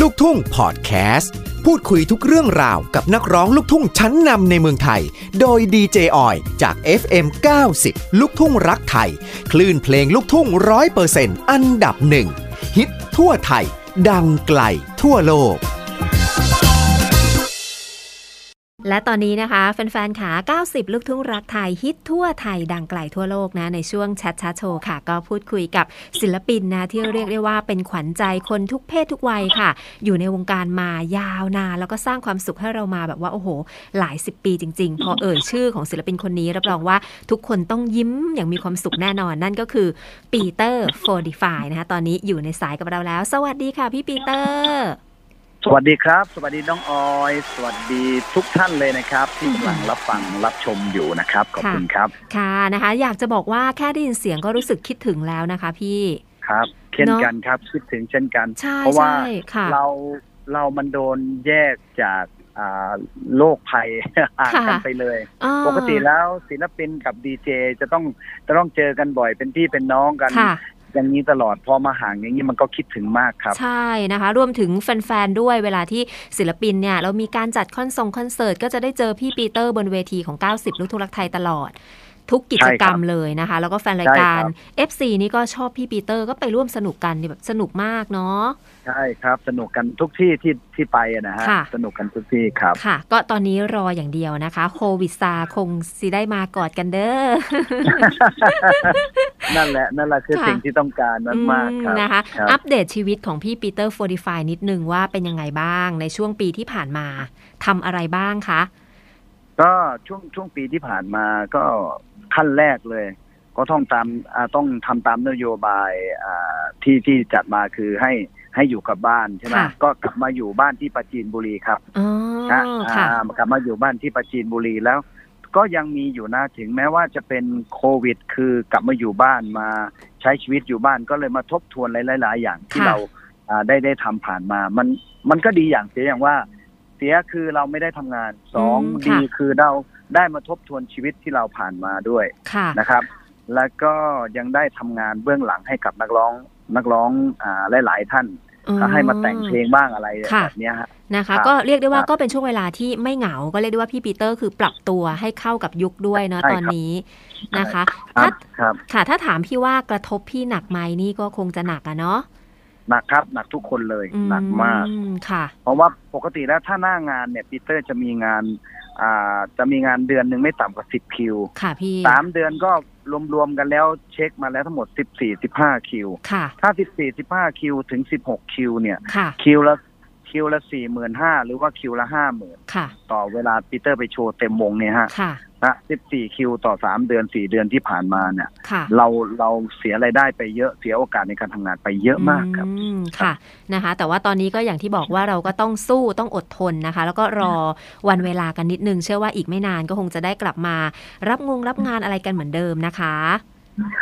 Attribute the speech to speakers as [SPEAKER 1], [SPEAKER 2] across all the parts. [SPEAKER 1] ลูกทุ่งพอดแคสต์ พูดคุยทุกเรื่องราวกับนักร้องลูกทุ่งชั้นนำในเมืองไทย โดยดีเจออยจาก FM 90 ลูกทุ่งรักไทย คลื่นเพลงลูกทุ่งร้อยเปอร์เซ็นต์อันดับหนึ่งฮิตทั่วไทย ดังไกลทั่วโลก
[SPEAKER 2] และตอนนี้นะคะ แฟนๆขา90 ลูกทุ่งรักไทยฮิตทั่วไทยดังไกลทั่วโลกนะ ในช่วงชัดชาโชว์ค่ะ ก็พูดคุยกับศิลปินนะ ที่เรียกได้ว่าเป็นขวัญใจคนทุกเพศทุกวัยค่ะ อยู่ในวงการมายาวนานแล้วก็สร้างความสุขให้เรามาแบบว่าโอ้โห หลาย 10 ปีจริง ๆ พอเอ่ยชื่อของศิลปินคนนี้รับรองว่าทุกคนต้องยิ้มอย่างมีความสุขแน่นอน นั่นก็คือปีเตอร์โฟดิฟายนะคะตอนนี้อยู่ในสายกับเราแล้ว สวัสดีค่ะพี่ปีเตอร์
[SPEAKER 3] สวัสดีครับ สวัสดีน้องออย สวัสดีทุกท่านเลยนะครับ ที่กำลังรับฟังรับชมอยู่นะครับ ขอบคุณครับ
[SPEAKER 2] ค่ะนะคะอยากจะบอกว่าแค่ได้ยินเสียงก็รู้สึกคิดถึงแล้วนะคะพี่
[SPEAKER 3] ครับ เช่น
[SPEAKER 2] เนอะ
[SPEAKER 3] กันครับคิดถึงเช่นกัน
[SPEAKER 2] ใช่
[SPEAKER 3] เพราะว่า
[SPEAKER 2] ใช่ค่ะ
[SPEAKER 3] เราเรามันโดนแยกจากอ่าโลกภัย ห่างกัน
[SPEAKER 2] ค่ะ
[SPEAKER 3] ไปเลย
[SPEAKER 2] อ่า
[SPEAKER 3] ปกติแล้วศิลปินกับดีเจจะต้องจะต้องเจอกันบ่อยเป็นพี่เป็นน้องกัน
[SPEAKER 2] ค่ะ
[SPEAKER 3] อย่างนี้ตลอดพอมาห่างอย่างนี้มันก็คิดถึงมากครับ
[SPEAKER 2] ใช่นะคะ รวมถึงแฟนๆด้วยเวลาที่ศิลปินเนี่ย เรามีการจัดคอนส่งคอนเสิร์ต ก็จะได้เจอพี่ปีเตอร์บนเวทีของ 90 ลูกทุ่งรักไทยตลอด ทุกกิจกรรมเลยนะคะ แล้วก็แฟนรายการ
[SPEAKER 3] ใช่
[SPEAKER 2] FC นี่ก็ชอบพี่ปีเตอร์ก็ไปร่วมสนุกกันเนี่ยแบบสนุกมากเนาะ
[SPEAKER 3] ใช่ครับ สนุกกันทุกที่ที่ที่ไปอะนะฮะ
[SPEAKER 2] ค่ะ
[SPEAKER 3] สนุกกันทุกที่ครับ
[SPEAKER 2] ค่ะ ก็ตอนนี้รออย่างเดียวนะคะโควิดซาคงสิได้มากอดกันเด้อ
[SPEAKER 3] นั่นแหละ นั่นแหละคือ
[SPEAKER 2] ค่ะ
[SPEAKER 3] สิ่งที่ต้องการมากมากๆครับ
[SPEAKER 2] นะคะ
[SPEAKER 3] ครับ
[SPEAKER 2] อัปเดตชีวิตของพี่ปีเตอร์โฟดิฟายนิดนึงว่าเป็นยังไงบ้างในช่วงปีที่ผ่านมาทำอะไรบ้างคะ
[SPEAKER 3] ก็ช่วงช่วงปีที่ผ่านมาก็ขั้นแรกเลย ก็ต้องตามอ่าต้องทำตามนโยบายอ่าที่ที่จัดมาคือให้ให้อยู่กับบ้านใช่ไหม
[SPEAKER 2] ค่ะ
[SPEAKER 3] ก็กลับมาอยู่บ้านที่ปราจีนบุรีครับ
[SPEAKER 2] อ๋อ
[SPEAKER 3] นะ
[SPEAKER 2] ค่ะ
[SPEAKER 3] อ่ากลับมาอยู่บ้านที่ปราจีนบุรีแล้ว ก็ยังมีอยู่นะถึงแม้ว่าจะเป็นโควิด คือกลับมาอยู่บ้านมาใช้ชีวิตอยู่บ้านก็เลยมาทบทวนหลายๆอย่างที่
[SPEAKER 2] ค่ะ
[SPEAKER 3] เราอ่าได้ได้ทำผ่านมา มันมันก็ดีอย่างเสียอย่างว่า เสียคือเราไม่ได้ทำงานสอง
[SPEAKER 2] อืม
[SPEAKER 3] ดี
[SPEAKER 2] ค่ะ
[SPEAKER 3] คือเราได้มาทบทวนชีวิตที่เราผ่านมาด้วย
[SPEAKER 2] ค่ะ
[SPEAKER 3] นะครับ แล้วก็ยังได้ทำงานเบื้องหลังให้กับนักร้องนักร้องอ่าหลายๆท่านก็ให้มาแต่งเพลงบ้างอะไร
[SPEAKER 2] ค่ะ
[SPEAKER 3] แบบเนี้ยฮะ
[SPEAKER 2] นะคะ
[SPEAKER 3] ครับ
[SPEAKER 2] ก็เรียกได้ว่า
[SPEAKER 3] ครับ
[SPEAKER 2] ก็เป็นช่วงเวลาที่ไม่เหงา ก็เรียกได้ว่าพี่ปีเตอร์คือปรับตัวให้เข้ากับยุคด้วยเนาะ
[SPEAKER 3] ใช่
[SPEAKER 2] ต
[SPEAKER 3] ครับ
[SPEAKER 2] อนนี้นะคะ
[SPEAKER 3] ค
[SPEAKER 2] ถ้า
[SPEAKER 3] รับครับ
[SPEAKER 2] ค่ะ ถ้าถามพี่ว่ากระทบพี่หนักไหมนี่ก็คงจะหนักอะเนาะ
[SPEAKER 3] หนักครับหนักทุกคนเลย
[SPEAKER 2] อื
[SPEAKER 3] หนักมาก
[SPEAKER 2] ค่ะ
[SPEAKER 3] เพราะว่าปกติแล้วถ้าหน้างานเนี่ยปีเตอร์จะมีงานอ่าจะมีงานเดือนหนึ่งไม่ต่ำกว่าสิบคิว
[SPEAKER 2] ค่ะพี่
[SPEAKER 3] สามเดือนก็รวมๆกันแล้วเช็คมาแล้วทั้งหมดสิบสี่สิบห้าคิว
[SPEAKER 2] ค่ะ
[SPEAKER 3] ถ้าสิบสี่สิบห้าคิวถึงสิบหกคิวเนี่ย
[SPEAKER 2] ค่ะ
[SPEAKER 3] คิวละคิวละสี่หมื่นห้าหรือว่าคิวละห้าหมื่น
[SPEAKER 2] ค่ะ
[SPEAKER 3] ต่อเวลาปีเตอร์ไปโชว์เต็มวงเนี่ยฮะ
[SPEAKER 2] ค่ะ
[SPEAKER 3] นะสิบสี่คิวต่อสามเดือนสี่เดือนที่ผ่านมาเนี่ย
[SPEAKER 2] ค่ะ
[SPEAKER 3] เราเราเสียรายได้ไปเยอะเสียโอกาสในการทำงานไปเยอะมากครับ
[SPEAKER 2] อืมค่ะนะคะ แต่ว่าตอนนี้ก็อย่างที่บอกว่าเราก็ต้องสู้ต้องอดทนนะคะ แล้วก็รอวันเวลากันนิดนึง เชื่อว่าอีกไม่นานก็คงจะได้กลับมา รับงงรับงานอะไรกันเหมือนเดิมนะคะ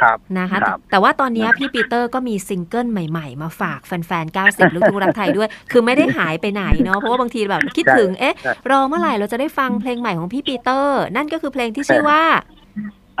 [SPEAKER 3] ครับ
[SPEAKER 2] นะคะ
[SPEAKER 3] ครับ
[SPEAKER 2] แต่แต่ว่าตอนนี้พี่ปีเตอร์ก็มีซิงเกิลใหม่ๆ มาฝากแฟนๆ 90 ลูกทุ่งรักไทยด้วย คือไม่ได้หายไปไหนเนาะเพราะว่าบางทีแบบคิดถึงเอ๊ะรอเมื่อไหร่เราจะได้ฟังเพลงใหม่ของพี่ปีเตอร์ นั่นก็คือเพลงที่ชื่อว่า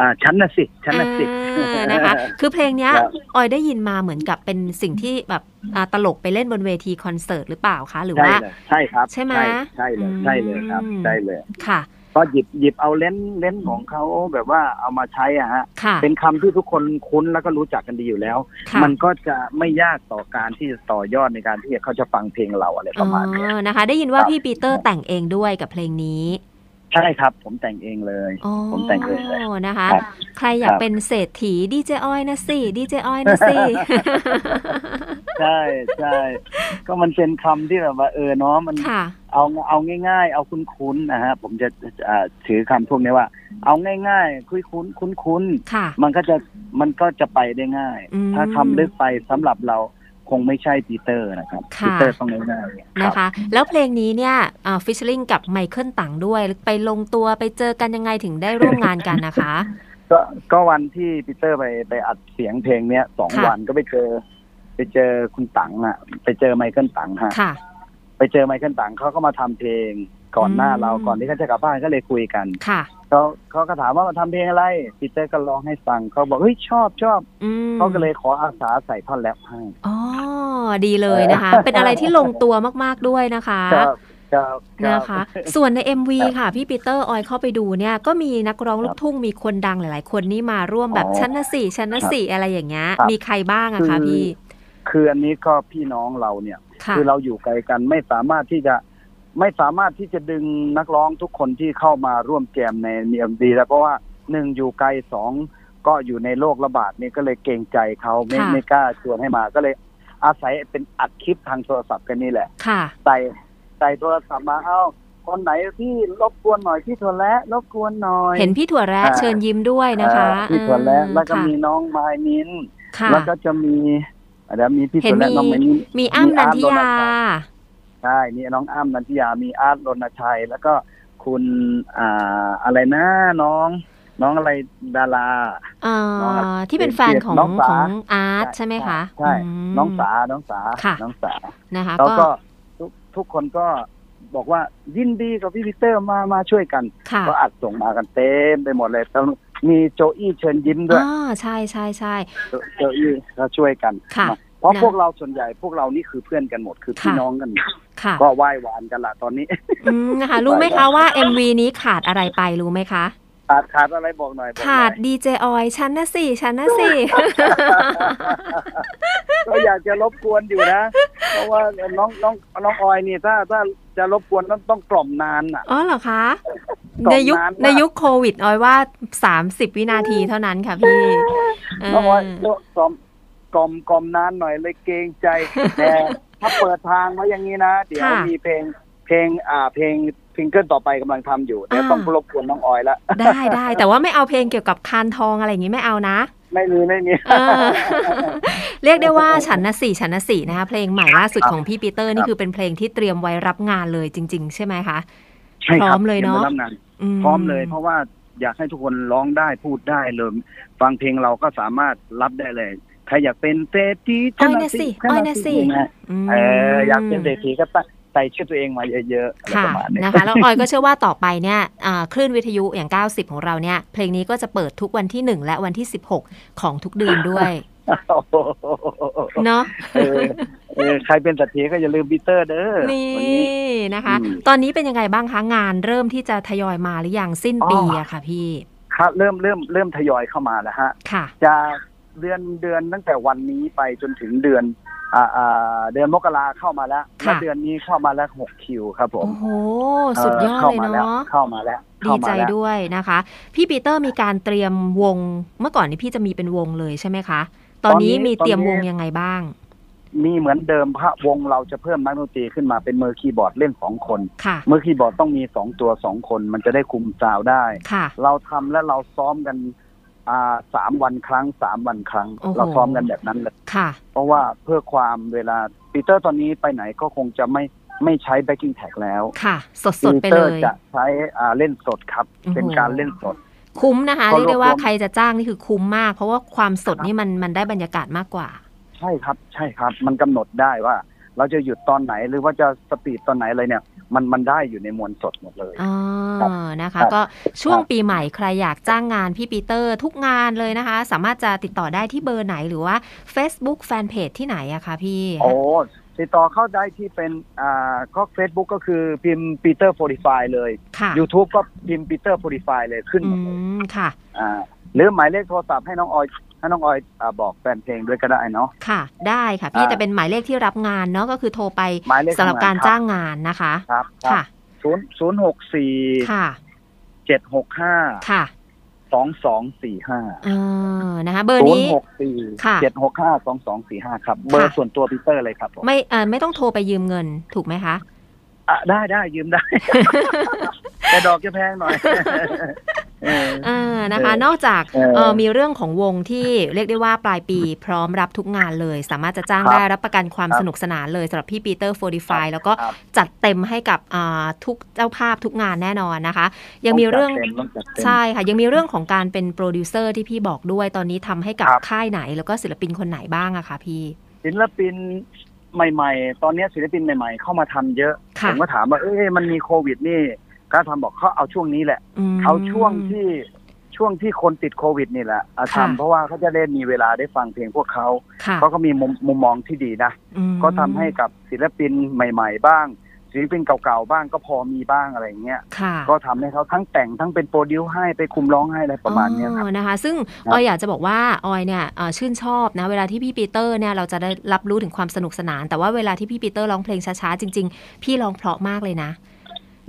[SPEAKER 3] อ่าฉันน่ะสิฉันน่ะสิ
[SPEAKER 2] อ่านะคะ คือเพลงเนี้ย
[SPEAKER 3] ครับ
[SPEAKER 2] ออยได้ยินมาเหมือนกับเป็นสิ่งที่แบบอ่าตลกไปเล่นบนเวทีคอนเสิร์ตหรือเปล่าคะ หรือ
[SPEAKER 3] ใช่
[SPEAKER 2] ว่า
[SPEAKER 3] เลยใช่ครับ
[SPEAKER 2] ใช่ไหม
[SPEAKER 3] ใช่เลยใช่เลยครับ
[SPEAKER 2] อืม
[SPEAKER 3] ใช่เลย
[SPEAKER 2] ค่ะ
[SPEAKER 3] ก็หยิบหยิบเอาเลนส์เลนส์ของเขาแบบว่าเอามาใช้อ่ะฮะ
[SPEAKER 2] ค่ะ
[SPEAKER 3] เป็นคำที่ทุกคนคุ้นแล้วก็รู้จักกันดีอยู่แล้ว
[SPEAKER 2] ค่ะ
[SPEAKER 3] มันก็จะไม่ยากต่อการที่จะต่อยอดในการที่เขาจะฟังเพลงเราอะไรป
[SPEAKER 2] อ๋
[SPEAKER 3] ระมาณเนี้ย
[SPEAKER 2] อนะคะ ได้ยินว่า
[SPEAKER 3] ครับ
[SPEAKER 2] พี่ปีเตอร์แต่งเองด้วยกับเพลงนี้
[SPEAKER 3] ใช่ครับ ผมแต่งเองเลย
[SPEAKER 2] อ๋อ
[SPEAKER 3] ผมแต่งเองเลย
[SPEAKER 2] นะคะ
[SPEAKER 3] ครับ
[SPEAKER 2] ใครอยาก
[SPEAKER 3] ครับ
[SPEAKER 2] เป็นเศรษฐีดีเจออยนะสิดีเจออยนะ สิ
[SPEAKER 3] ใช่ใช่ก็มันเป็นคำที่แบบว่าเออเนาะมัน
[SPEAKER 2] ค่ะ
[SPEAKER 3] เอาเอาง่าย ๆ เอาคุ้นๆนะฮะผมจะอ่าถือคำพวกนี้ว่า เอาง่ายๆ คุ้นคุ้นคุ้นคุ้น
[SPEAKER 2] ค่ะ
[SPEAKER 3] ๆมันก็จะมันก็จะไปได้ง่าย
[SPEAKER 2] อืม
[SPEAKER 3] ถ้าคำลึกไปสำหรับเราคงไม่ใช่ปีเตอร์นะครับ
[SPEAKER 2] ค่ะ
[SPEAKER 3] ปีเตอร์ต้องง่ายๆ
[SPEAKER 2] นะ
[SPEAKER 3] รับ
[SPEAKER 2] คะ แล้วเพลงนี้เนี่ยฟิชลิงกับไมเคิลต่างด้วย ไปลงตัวไปเจอกันยังไงถึงได้ร่วมงานกันนะคะ
[SPEAKER 3] ก็ก็วันที่ปีเตอร์ไปไปอัดเสียงเพลงเนี้ยสอง
[SPEAKER 2] ค่ะ
[SPEAKER 3] วันก็ไปเจอ ไปเจอคุณตังอ่ะ ไปเจอไมเคิลตังฮะ
[SPEAKER 2] ค่ะ
[SPEAKER 3] ไปเจอไมเคิลตังเขาก็มาทำเพลงก่อนหน้า
[SPEAKER 2] อืม
[SPEAKER 3] เราก่อนที่เขาจะกลับบ้านก็เลยคุยกัน
[SPEAKER 2] ค่ะ
[SPEAKER 3] เขาเขาก็ถามว่ามาทำเพลงอะไรปีเตอร์ก็ร้องให้ฟังเขาบอกเฮ้ยชอบชอบ
[SPEAKER 2] อืม
[SPEAKER 3] เขาก็เลยขออาสาใส่ท่อนแรปให้
[SPEAKER 2] อ๋อดีเลยนะคะ เป็นอะไรที่ลงตัวมากๆด้วยนะคะ
[SPEAKER 3] ครับครับรับ
[SPEAKER 2] นะคะ ส่วนใน MV ค่ะ พี่ปีเตอร์ออยเข้าไปดูเนี่ย ก็มีนักร้องลูกทุ่งมีคนดังหลาย ๆ คนนี่มาร่วมแบบ
[SPEAKER 3] อ๋อ
[SPEAKER 2] ชั้นนะสี่ชั้นนะสี่อะไรอย่างเงี้ย
[SPEAKER 3] ครับ
[SPEAKER 2] มีใครบ้างอะคะ
[SPEAKER 3] คือ
[SPEAKER 2] พี่
[SPEAKER 3] คืออันนี้ก็พี่น้องเราเนี่ย
[SPEAKER 2] ค่ะ
[SPEAKER 3] คือเราอยู่ไกลกันไม่สามารถที่จะไม่สามารถที่จะดึงนักร้องทุกคนที่เข้ามาร่วมแจมในมีมดีแล้วเพราะว่าหนึ่งอยู่ไกลสองก็อยู่ในโรคระบาดนี่ก็เลยเกรงใจเขาไม่
[SPEAKER 2] ค่ะ
[SPEAKER 3] ไม่กล้าชวนให้มาก็เลยอาศัยเป็นอัดคลิปทางโทรศัพท์กันนี่แหละ
[SPEAKER 2] ค่ะ
[SPEAKER 3] ใส่ใส่โทรศัพท์มาเอ้าคนไหนที่รบกวนหน่อยพี่ถั่วและรบกวนหน่อย
[SPEAKER 2] เห็นพี่ถั่วแระเชิญยิ้มด้วยนะคะ
[SPEAKER 3] เอ่อพี่ถั่วและ
[SPEAKER 2] อื
[SPEAKER 3] แล้วก็
[SPEAKER 2] ค่ะ
[SPEAKER 3] มีน้องมายมิน
[SPEAKER 2] ค่ะ
[SPEAKER 3] แล้วก็จะมีเดี๋ยวมีพี่ถั่วและ
[SPEAKER 2] เห็นมี
[SPEAKER 3] น้องมายมิน
[SPEAKER 2] มีอ้ำนันทิ
[SPEAKER 3] มีอ้ำโดนั
[SPEAKER 2] ยา
[SPEAKER 3] ท ใช่มีน้องอ้ำนันทิยา มีอาร์ตรณชัย แล้วก็คุณอ่าอะไรนะน้อง น้องอะไรดารา
[SPEAKER 2] เอ่
[SPEAKER 3] น้อง
[SPEAKER 2] อ
[SPEAKER 3] อะไร
[SPEAKER 2] ที่เป็นแฟนของ
[SPEAKER 3] น้องสา
[SPEAKER 2] ของอาร์ตใช่ไหมคะ
[SPEAKER 3] ใช่
[SPEAKER 2] อืม
[SPEAKER 3] น้องสาน้องสา
[SPEAKER 2] ค่ะ
[SPEAKER 3] น้องสา
[SPEAKER 2] นะคะ
[SPEAKER 3] แล้ว
[SPEAKER 2] ก็
[SPEAKER 3] ก็ทุกทุกคนก็บอกว่ายินดีกับพี่พีเตอร์มามาช่วยกัน
[SPEAKER 2] ค่ะ
[SPEAKER 3] ก็อัดส่งมากันเต็มไปหมดเลยแล้วมีโจอี้เชิญยิ้มด้วย
[SPEAKER 2] อ่าใช่ใช่ใช่
[SPEAKER 3] โจโจอี้ก็ช่วยกัน
[SPEAKER 2] ค่ะ
[SPEAKER 3] นะเพราะ
[SPEAKER 2] นะ
[SPEAKER 3] พวกเราส่วนใหญ่พวกเรานี่คือเพื่อนกันหมด คือพี่
[SPEAKER 2] ค่ะ
[SPEAKER 3] น้องกัน
[SPEAKER 2] ค่ะ
[SPEAKER 3] ก็ไหว้หวานกันละตอนนี้
[SPEAKER 2] อืมนะคะ รู้ไหมคะว่า MV นี้ขาดอะไรไปรู้ไหมคะ
[SPEAKER 3] ขาดขาดอะไรบอกหน่อยบอกหน่อย
[SPEAKER 2] ขาดดีเจออยชั้นนะสี่ชั้นนะ สี่
[SPEAKER 3] ก็อยากจะรบกวนอยู่นะ เพราะว่าน้องน้องน้องออยนี่ถ้าถ้าจะรบกวนต้องต้องกล่อมนานอ่ะ
[SPEAKER 2] อ๋อเหรอคะ
[SPEAKER 3] ตอบ
[SPEAKER 2] ในยุคน
[SPEAKER 3] านมาก
[SPEAKER 2] ในยุคโควิดออยว่า 30 วินาทีเท่านั้นค่ะพี่เ
[SPEAKER 3] น้องออย
[SPEAKER 2] ออก
[SPEAKER 3] ล่อมกล่อมกล่อมนานหน่อยเลยเกรง ใจแต่ถ้าเปิดทางไว้อย่างนี้นะ เดี๋ยวมีเพลงเพลงอ่าเพลงพิงเกิลต่อไปกำลังทำอยู่เดี๋ยวต้องรบกวนน้องออยละ
[SPEAKER 2] ได้ได้แต่ว่าไม่เอาเพลงเกี่ยวกับคานทองอะไรอย่างนี้ไม่เอานะ
[SPEAKER 3] ไม่มีไม่มี
[SPEAKER 2] เออ เรียกได้ว่าฉันนะสี่ฉันนะสี่นะคะเพลงใหม่ล่าสุด
[SPEAKER 3] ครับ
[SPEAKER 2] ของพี่ปีเตอร์นี่คือเป็นเพลงที่เตรียมไว้รับงานเลยจริง ๆ ใช่ไหมคะ
[SPEAKER 3] ใช่คบ
[SPEAKER 2] พร้อมเลยเนอะ
[SPEAKER 3] ตรียมไปรับงาน
[SPEAKER 2] ม
[SPEAKER 3] พร้อมเลย เพราะว่าอยากให้ทุกคนร้องได้พูดได้เลยฟังเพลงเราก็สามารถรับได้เลยใครอยากเป็นเศรษฐี
[SPEAKER 2] อ้อยนะสิ
[SPEAKER 3] ฉั
[SPEAKER 2] อ้อยนะสิ
[SPEAKER 3] ฉันะ
[SPEAKER 2] ม
[SPEAKER 3] เอออยากเป็นเศรษฐีก็ตั้งใส่ชื่อตัวเองมาเยอะๆอะไร
[SPEAKER 2] ค่ะ
[SPEAKER 3] ประมาณนี้
[SPEAKER 2] นะคะแล้วออยก็เชื่อว่าต่อไปเนี่ยอ่าคลื่นวิทยุอย่าง 90 ของเราเนี่ย เพลงนี้ก็จะเปิดทุกวันที่ 1 และวันที่ 16 ของทุกเดือนด้วยเนาะ
[SPEAKER 3] เออเออใครเป็นสัตว์เทียก็อย่าลืมบีเตอร์เด้อ
[SPEAKER 2] นี่
[SPEAKER 3] วันนี้
[SPEAKER 2] นะคะ
[SPEAKER 3] อืม
[SPEAKER 2] ตอนนี้เป็นยังไงบ้างคะงานเริ่มที่จะทยอยมาหรือยังสิ้นปีอะค่ะพี่
[SPEAKER 3] ครับเริ่มเริ่มเริ่มทยอยเข้ามาแล้วฮะ
[SPEAKER 2] ค่ะ
[SPEAKER 3] จะเดือนเดือนตั้งแต่วันนี้ไปจนถึงเดือนอ่าอ่าเดือนมกราเข้ามาแล้ว
[SPEAKER 2] ค่ะ
[SPEAKER 3] และเดือนนี้เข้ามาแล้วหกคิวครับผม
[SPEAKER 2] โอ้โห สุดยอด
[SPEAKER 3] เข้า
[SPEAKER 2] เลย
[SPEAKER 3] มาแล้ว
[SPEAKER 2] เนาะ
[SPEAKER 3] เข้ามาแล้ว
[SPEAKER 2] ดี
[SPEAKER 3] เข้า
[SPEAKER 2] ใจ
[SPEAKER 3] มาแล้ว
[SPEAKER 2] ด้วยนะคะ พี่ปีเตอร์มีการเตรียมวงเมื่อก่อนนี้พี่จะมีเป็นวงเลยใช่ไหมคะ ตอนนี้มีเตรียมวงยังไงบ้าง
[SPEAKER 3] มีเหมือนเดิมพระวงเราจะเพิ่มนักดนตรีขึ้นมาเป็นมือคีย์บอร์ดเล่นสองคน
[SPEAKER 2] ค่ะ
[SPEAKER 3] มือคีย์บอร์ดต้องมีสองตัวสองคน มันจะได้คุมซาวด์ได้
[SPEAKER 2] ค่ะ
[SPEAKER 3] เราทำและเราซ้อมกันอ่าสามวันครั้งสามวันครั้ง
[SPEAKER 2] โอ้โห
[SPEAKER 3] เราซ้อมกันแบบนั้นเลย
[SPEAKER 2] ค่ะ
[SPEAKER 3] เพราะว่าเพื่อความเวลาปีเตอร์ตอนนี้ไปไหนก็คงจะไม่ไม่ใช้แบ็กกิ้งแท็กแล้ว
[SPEAKER 2] ค่ะ สด
[SPEAKER 3] ปี
[SPEAKER 2] ๆไป
[SPEAKER 3] เตอ
[SPEAKER 2] เล
[SPEAKER 3] ร์
[SPEAKER 2] ย
[SPEAKER 3] จะใช้อ่าเล่นสดครับ
[SPEAKER 2] โอ้โห
[SPEAKER 3] เป็นการเล่นสด
[SPEAKER 2] คุ้มนะคะ
[SPEAKER 3] ก็
[SPEAKER 2] เรียกได้ว่าร
[SPEAKER 3] วบรวม
[SPEAKER 2] ใครจะจ้างนี่คือคุ้มมาก เพราะว่าความสดนี่มันมันได้บรรยากาศมากกว่า
[SPEAKER 3] ใช่ครับ ใช่ครับ มันกำหนดได้ว่า เราจะหยุดตอนไหนหรือว่าจะสปีดตอนไหนอะไรเนี่ย มันมันได้อยู่ในมวลสดหมดเลย
[SPEAKER 2] อ๋อ
[SPEAKER 3] ครับ
[SPEAKER 2] นะ
[SPEAKER 3] ครั
[SPEAKER 2] คะ
[SPEAKER 3] บ
[SPEAKER 2] ก็ช่วง
[SPEAKER 3] ครับ
[SPEAKER 2] ปีใหม่ใครอยากจ้างงานพี่ปีเตอร์ทุกงานเลยนะคะ สามารถจะติดต่อได้ที่เบอร์ไหนหรือว่า Facebook Fanpage ที่ไหนอะคะพี่
[SPEAKER 3] โอ้ติดต่อเข้าได้ที่เป็นอ่าก็เฟซบุ๊กก็คือพิมพ์ปีเตอร์โฟริฟายเลย
[SPEAKER 2] ค่ะ
[SPEAKER 3] YouTube ก็พิมพ์ปีเตอร์โฟริฟายเลยขึ้น
[SPEAKER 2] อื
[SPEAKER 3] หมดเลย
[SPEAKER 2] ม ค่ะ
[SPEAKER 3] อ่าหรือหมายเลขโทรศัพท์ให้น้องออยให้น้องออยอาบอกแฟนเพลงด้วยก็ได้เนาะ
[SPEAKER 2] ค่ะ ได้ค่ะพี่
[SPEAKER 3] อ่า
[SPEAKER 2] แต่เป็นหมายเลขที่รับงานเนาะ ก็คือโทรไป
[SPEAKER 3] หมายเลข
[SPEAKER 2] สำหรับการจ้างงานนะคะ
[SPEAKER 3] ครับ
[SPEAKER 2] ค่ะ
[SPEAKER 3] ศูนย์ศูนย์หกสี่
[SPEAKER 2] ค่ะ
[SPEAKER 3] เจ็ดหกห้า
[SPEAKER 2] ค่ะ
[SPEAKER 3] สองสองสี่ห้า
[SPEAKER 2] เออนะคะ เบอร์
[SPEAKER 3] ศูน
[SPEAKER 2] นี้
[SPEAKER 3] ย์หกสี่
[SPEAKER 2] ค่ะ
[SPEAKER 3] เจ็ดหกห้าสองสองสี่ห้าครับ เบอร์
[SPEAKER 2] ค่ะ
[SPEAKER 3] ส่วนตัวปีเตอร์เลยครับผม
[SPEAKER 2] ไม่เออไม่ต้องโทรไปยืมเงินถูกไหมคะ
[SPEAKER 3] อ่ะได้ได้ยืม ได้ แต่ดอกจะแพงหน่อย เออ
[SPEAKER 2] อ่านะคะ
[SPEAKER 3] เออน
[SPEAKER 2] อกจาก
[SPEAKER 3] เออ
[SPEAKER 2] เอ่อมีเรื่องของวงที่เรียกได้ว่าปลาย ปีพร้อมรับทุกงานเลย สามารถจะจ้าง
[SPEAKER 3] ครับ
[SPEAKER 2] ได้รับประกันความ
[SPEAKER 3] ครับ
[SPEAKER 2] สนุกสนานเลยสำหรับพี่ปีเตอร์โฟดิฟ
[SPEAKER 3] ครับ
[SPEAKER 2] แล้วก็
[SPEAKER 3] ครับ
[SPEAKER 2] จัดเต็มให้กับอ่าทุกเจ้าภาพทุกงานแน่นอนนะคะ ยังมีเรื่อง
[SPEAKER 3] ต้องจัดเต็ม
[SPEAKER 2] ใช่ค่ะ ยังมีเรื่องของการเป็นโปรดิวเซอร์ที่พี่บอกด้วยตอนนี้ทำให้กับ
[SPEAKER 3] ครับ
[SPEAKER 2] ค่ายไหนแล้วก็ศิลปินคนไหนบ้างอะคะพี่
[SPEAKER 3] ศิลปินใหม่ ๆ ตอนเนี้ยศิลปินใหม่ ๆ เข้ามาทำเยอะ
[SPEAKER 2] ค่ะ
[SPEAKER 3] ผมก็ถามว่า เอ๊ะมันมีโควิดนี่ การทำบอกเขาเอาช่วงนี้แหละ
[SPEAKER 2] ม
[SPEAKER 3] เอาช่วงที่ช่วงที่คนติดโควิดนี่แหละอ่ะ
[SPEAKER 2] ค่ะ
[SPEAKER 3] ทำเพราะว่าเขาจะได้มีเวลาได้ฟังเพลงพวกเขา
[SPEAKER 2] ค่ะ
[SPEAKER 3] เพราะเขามีมุมมุมมองที่ดีนะ
[SPEAKER 2] อืม
[SPEAKER 3] ก็ทำให้กับศิลปินใหม่ ๆ บ้าง ศิลปินเก่าๆบ้างก็พอมีบ้างอะไรอย่างเงี้ย
[SPEAKER 2] ค่ะ
[SPEAKER 3] ก็ทำให้เขาทั้งแต่งทั้งเป็นโปรดิวให้ไปคุมร้องให้อะไรประมาณเนี้ยครับ
[SPEAKER 2] อ๋อนะคะ ซึ่ง
[SPEAKER 3] ครับ
[SPEAKER 2] ออยอยากจะบอกว่าออยเนี่ยเอ่อชื่นชอบนะ เวลาที่พี่ปีเตอร์เนี่ยเราจะได้รับรู้ถึงความสนุกสนาน แต่ว่าเวลาที่พี่ปีเตอร์ร้องเพลงช้าๆ จริง ๆ พี่ร้องเพราะมากเลยนะ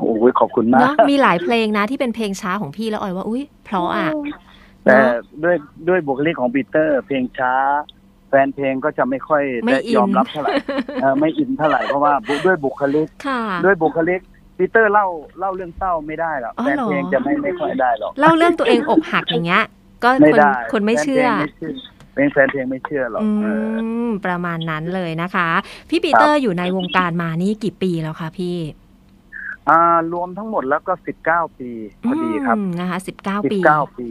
[SPEAKER 3] โอ้ยขอบคุณมา
[SPEAKER 2] เนาะ
[SPEAKER 3] ก
[SPEAKER 2] มีหลายเพลงนะที่เป็นเพลงช้าของพี่แล้วออยว่าอุ้ยเพราะอ่ะ
[SPEAKER 3] แต่
[SPEAKER 2] เนาะ
[SPEAKER 3] ด้วยด้วยบุคลิกของปีเตอร์ เพลงช้า แฟนเพลงก็จะไม่ค่อย
[SPEAKER 2] ไม่
[SPEAKER 3] ได้
[SPEAKER 2] อิน
[SPEAKER 3] ยอมรับเท่าไหร่ เออไม่อินเท่าไหร่เพราะว่าด้วยบุคลิก
[SPEAKER 2] ค่ะ
[SPEAKER 3] ด้วยบุคลิกปีเตอร์เล่าเล่าเรื่องเศร้าไม่ได้หรอก
[SPEAKER 2] อ๋อ
[SPEAKER 3] แฟ
[SPEAKER 2] เหรอ
[SPEAKER 3] นเพลงจะไม่ไม่ค่อยได้หรอก
[SPEAKER 2] เล่าเรื่องตัวเองอกหักอย่างเงี้ยก็
[SPEAKER 3] ไม่
[SPEAKER 2] คน
[SPEAKER 3] ได้
[SPEAKER 2] คนไม่เชื่อ
[SPEAKER 3] แฟนเพลงไม่เชื่อเป็นแฟนเพลงไม่เชื่อหรอก
[SPEAKER 2] อื
[SPEAKER 3] เออ
[SPEAKER 2] มประมาณนั้นเลยนะคะ พี่ปีเตอร์อยู่ในวงการมานี่กี่ปีแล้วคะพี่
[SPEAKER 3] อ่ารวมทั้งหมดแล้วก็สิบเก้าปีพอดีครับ
[SPEAKER 2] มนะคะสิบเก้า
[SPEAKER 3] สิบ
[SPEAKER 2] ปี
[SPEAKER 3] เก้าปี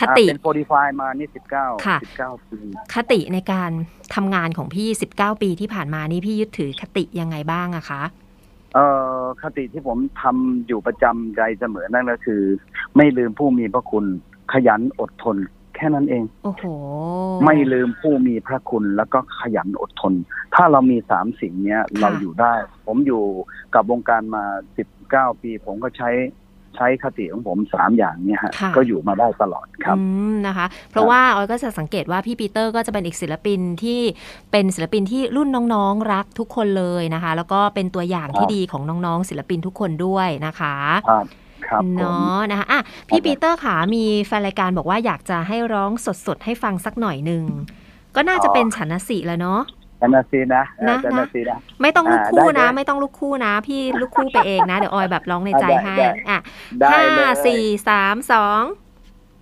[SPEAKER 2] คติ
[SPEAKER 3] อ่าเป็นโปรดิฟายมานี่สิบเก้า
[SPEAKER 2] ค่ะ
[SPEAKER 3] สิบเก้าปี
[SPEAKER 2] คติในการทำงานของพี่ 19 ปีที่ผ่านมานี่พี่ยึดถือคติยังไงบ้างอะคะ
[SPEAKER 3] เอ่อคติที่ผมทำอยู่ประจำใจเสมอนั่นก็คือ ไม่ลืมผู้มีพระคุณ ขยันอดทน แค่นั้นเอง
[SPEAKER 2] โอ้โห
[SPEAKER 3] ไม่ลืมผู้มีพระคุณแล้วก็ขยันอดทน ถ้าเรามีสามสิ่งเนี้ยเราอยู่ได้ ผมอยู่กับวงการมาสิบเก้าปี ผมก็ใช้ใช้คติของผมสามอย่างเนี้ยฮะ
[SPEAKER 2] ค่ะ
[SPEAKER 3] ก็อยู่มาได้ตลอดครับ
[SPEAKER 2] อืมนะคะ เพราะว่าออยก็จะสังเกตว่าพี่ปีเตอร์ก็จะเป็นอีกศิลปินที่เป็นศิลปินที่รุ่นน้องๆรักทุกคนเลยนะคะ แล้วก็เป็นตัวอย่างที่ดีของน้องๆศิลปินทุกคนด้วยนะคะ
[SPEAKER 3] ครับครับผม
[SPEAKER 2] เนาะนะคะอ่ะพี่ปีเตอร์ขามีแฟนรายการบอกว่าอยากจะให้ร้องสดๆให้ฟังสักหน่อยหนึ่งก็น่าจะเป็นฉันนะสิแล้วเนาะ
[SPEAKER 3] จันนาซีนะเออ
[SPEAKER 2] นะ
[SPEAKER 3] จัน
[SPEAKER 2] นะ
[SPEAKER 3] นาซีนะ
[SPEAKER 2] ไม่ต้องลูก
[SPEAKER 3] อ่า
[SPEAKER 2] คู่
[SPEAKER 3] ได้
[SPEAKER 2] นะ
[SPEAKER 3] ได้
[SPEAKER 2] ไม่ต้องลูกคู่นะ พี่ลูกคู่ไปเองนะ เดี๋ยวออยแบบร้องในใจ
[SPEAKER 3] อ่าได้
[SPEAKER 2] ให้
[SPEAKER 3] ได้
[SPEAKER 2] อ่ะ
[SPEAKER 3] ได้
[SPEAKER 2] ห้า
[SPEAKER 3] เลย
[SPEAKER 2] สี่สามสอง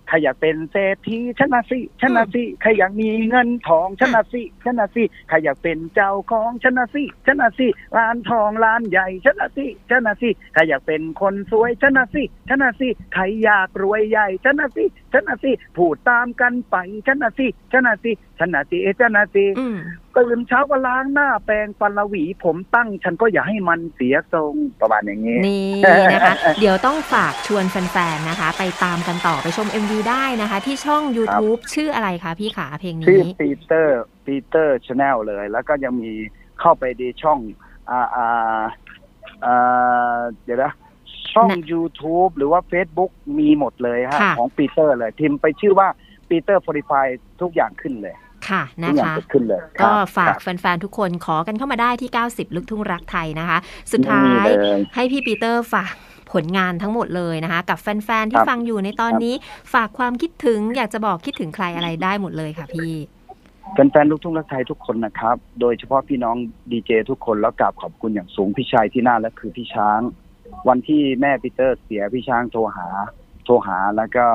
[SPEAKER 3] ใครอยากเป็นเศรษฐีชนะสิชนะสิใครอยากมีเงินทองชนะสิชนะสิใครอยากเป็นเจ้าของชนะสิชนะสิร้านทองร้านใหญ่ชนะสิชนะสิใครอยากเป็นคนสวยชนะสิชนะสิใครอยากรวยใหญ่ชนะสิชนะสิพูดตามกันไปชนะสิชนะสิชนะสิชนะสิ
[SPEAKER 2] อืม
[SPEAKER 3] ตื่นเช้าก็ล้างหน้าแปรงฟันละหวี ผมตั้ง ฉันก็อย่าให้มันเสียทรงประมาณอย่างนี้
[SPEAKER 2] นี่นะคะ เดี๋ยวต้องฝากชวนแฟนๆนะคะ ไปตามกันต่อไปชม MV ได้นะคะ ที่ช่อง YouTube ชื่ออะไรคะพี่ขาเพลง
[SPEAKER 3] ชื่อ
[SPEAKER 2] นี้
[SPEAKER 3] ปีเตอร์ปีเตอร์ชาแนลเลย แล้วก็ยังมีเข้าไปดีช่องอ่าอ่าอ่าเดี๋ยวนะช่อง
[SPEAKER 2] น่ะ
[SPEAKER 3] YouTube หรือว่า Facebook มีหมดเลยฮะ
[SPEAKER 2] ค่ะ
[SPEAKER 3] ของปีเตอร์เลยพิมพ์ไปชื่อว่าปีเตอร์ฟอริฟายทุกอย่างขึ้นเลย
[SPEAKER 2] ค่ะ
[SPEAKER 3] ทุ
[SPEAKER 2] นะ
[SPEAKER 3] กอย่าง
[SPEAKER 2] คะ
[SPEAKER 3] จะขึ้นเลย
[SPEAKER 2] ก็
[SPEAKER 3] ครับ
[SPEAKER 2] ฝาก
[SPEAKER 3] ครับ
[SPEAKER 2] แฟนๆทุกคนขอกันเข้ามาได้ที่ 90 ลึกทุ่งรักไทยนะคะ สุดท้า
[SPEAKER 3] นี่
[SPEAKER 2] ย
[SPEAKER 3] เลย
[SPEAKER 2] ให้พี่ปีเตอร์ฝากผลงานทั้งหมดเลยนะคะ กับแฟน ๆ
[SPEAKER 3] ค
[SPEAKER 2] ที่
[SPEAKER 3] รับ
[SPEAKER 2] ฟังอยู่ในตอน
[SPEAKER 3] ครับ
[SPEAKER 2] นี้ ฝากความคิดถึงอยากจะบอกคิดถึงใครอะไรได้หมดเลยค่ะพี่
[SPEAKER 3] แฟนๆลูกทุ่งรักไทยทุกคนนะครับ โดยเฉพาะพี่น้องดีเจทุกคนแล้วกราบขอบคุณอย่างสูงพี่ชายที่น่าและคือพี่ช้าง วันที่แม่ปีเตอร์เสียพี่ช้างโทรหา โทรหาแล้วก็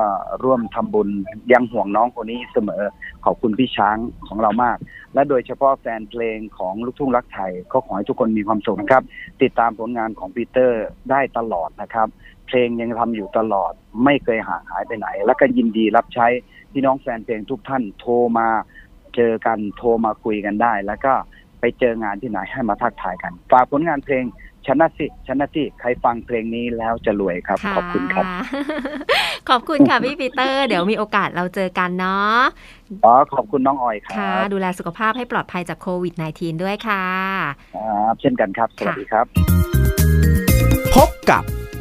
[SPEAKER 3] ร่วมทำบุญยังห่วงน้องคนนี้เสมอ ขอบคุณพี่ช้างของเรามาก และโดยเฉพาะแฟนเพลงของลูกทุ่งรักไทยก็ขอให้ทุกคนมีความสุขนะครับ ติดตามผลงานของปีเตอร์ได้ตลอดนะครับ เพลงยังทำอยู่ตลอดไม่เคยห่างหายไปไหน และก็ยินดีรับใช้พี่น้องแฟนเพลงทุกท่านโทรมา เจอกันโทรมาคุยกันได้ แล้วก็ไปเจองานที่ไหนให้มาทักทายกัน ฝากผลงานเพลงชนะสิชนะสิใครฟังเพลงนี้แล้วจะรวยครับ
[SPEAKER 2] ะ
[SPEAKER 3] ขอบคุณครับ
[SPEAKER 2] ขอบคุณค่ะ พี่ปีเตอร์ เดี๋ยวมีโอกาสเราเจอกันเนาะ
[SPEAKER 3] อ๋อขอบคุณน้องออยค
[SPEAKER 2] ค่ะ
[SPEAKER 3] รับ
[SPEAKER 2] ดูแลสุขภาพให้ปลอดภัยจากโควิด -19 ด้วยค่ะ
[SPEAKER 3] ครับเช่นกันครับ สวัสดีครับ
[SPEAKER 1] พบกับ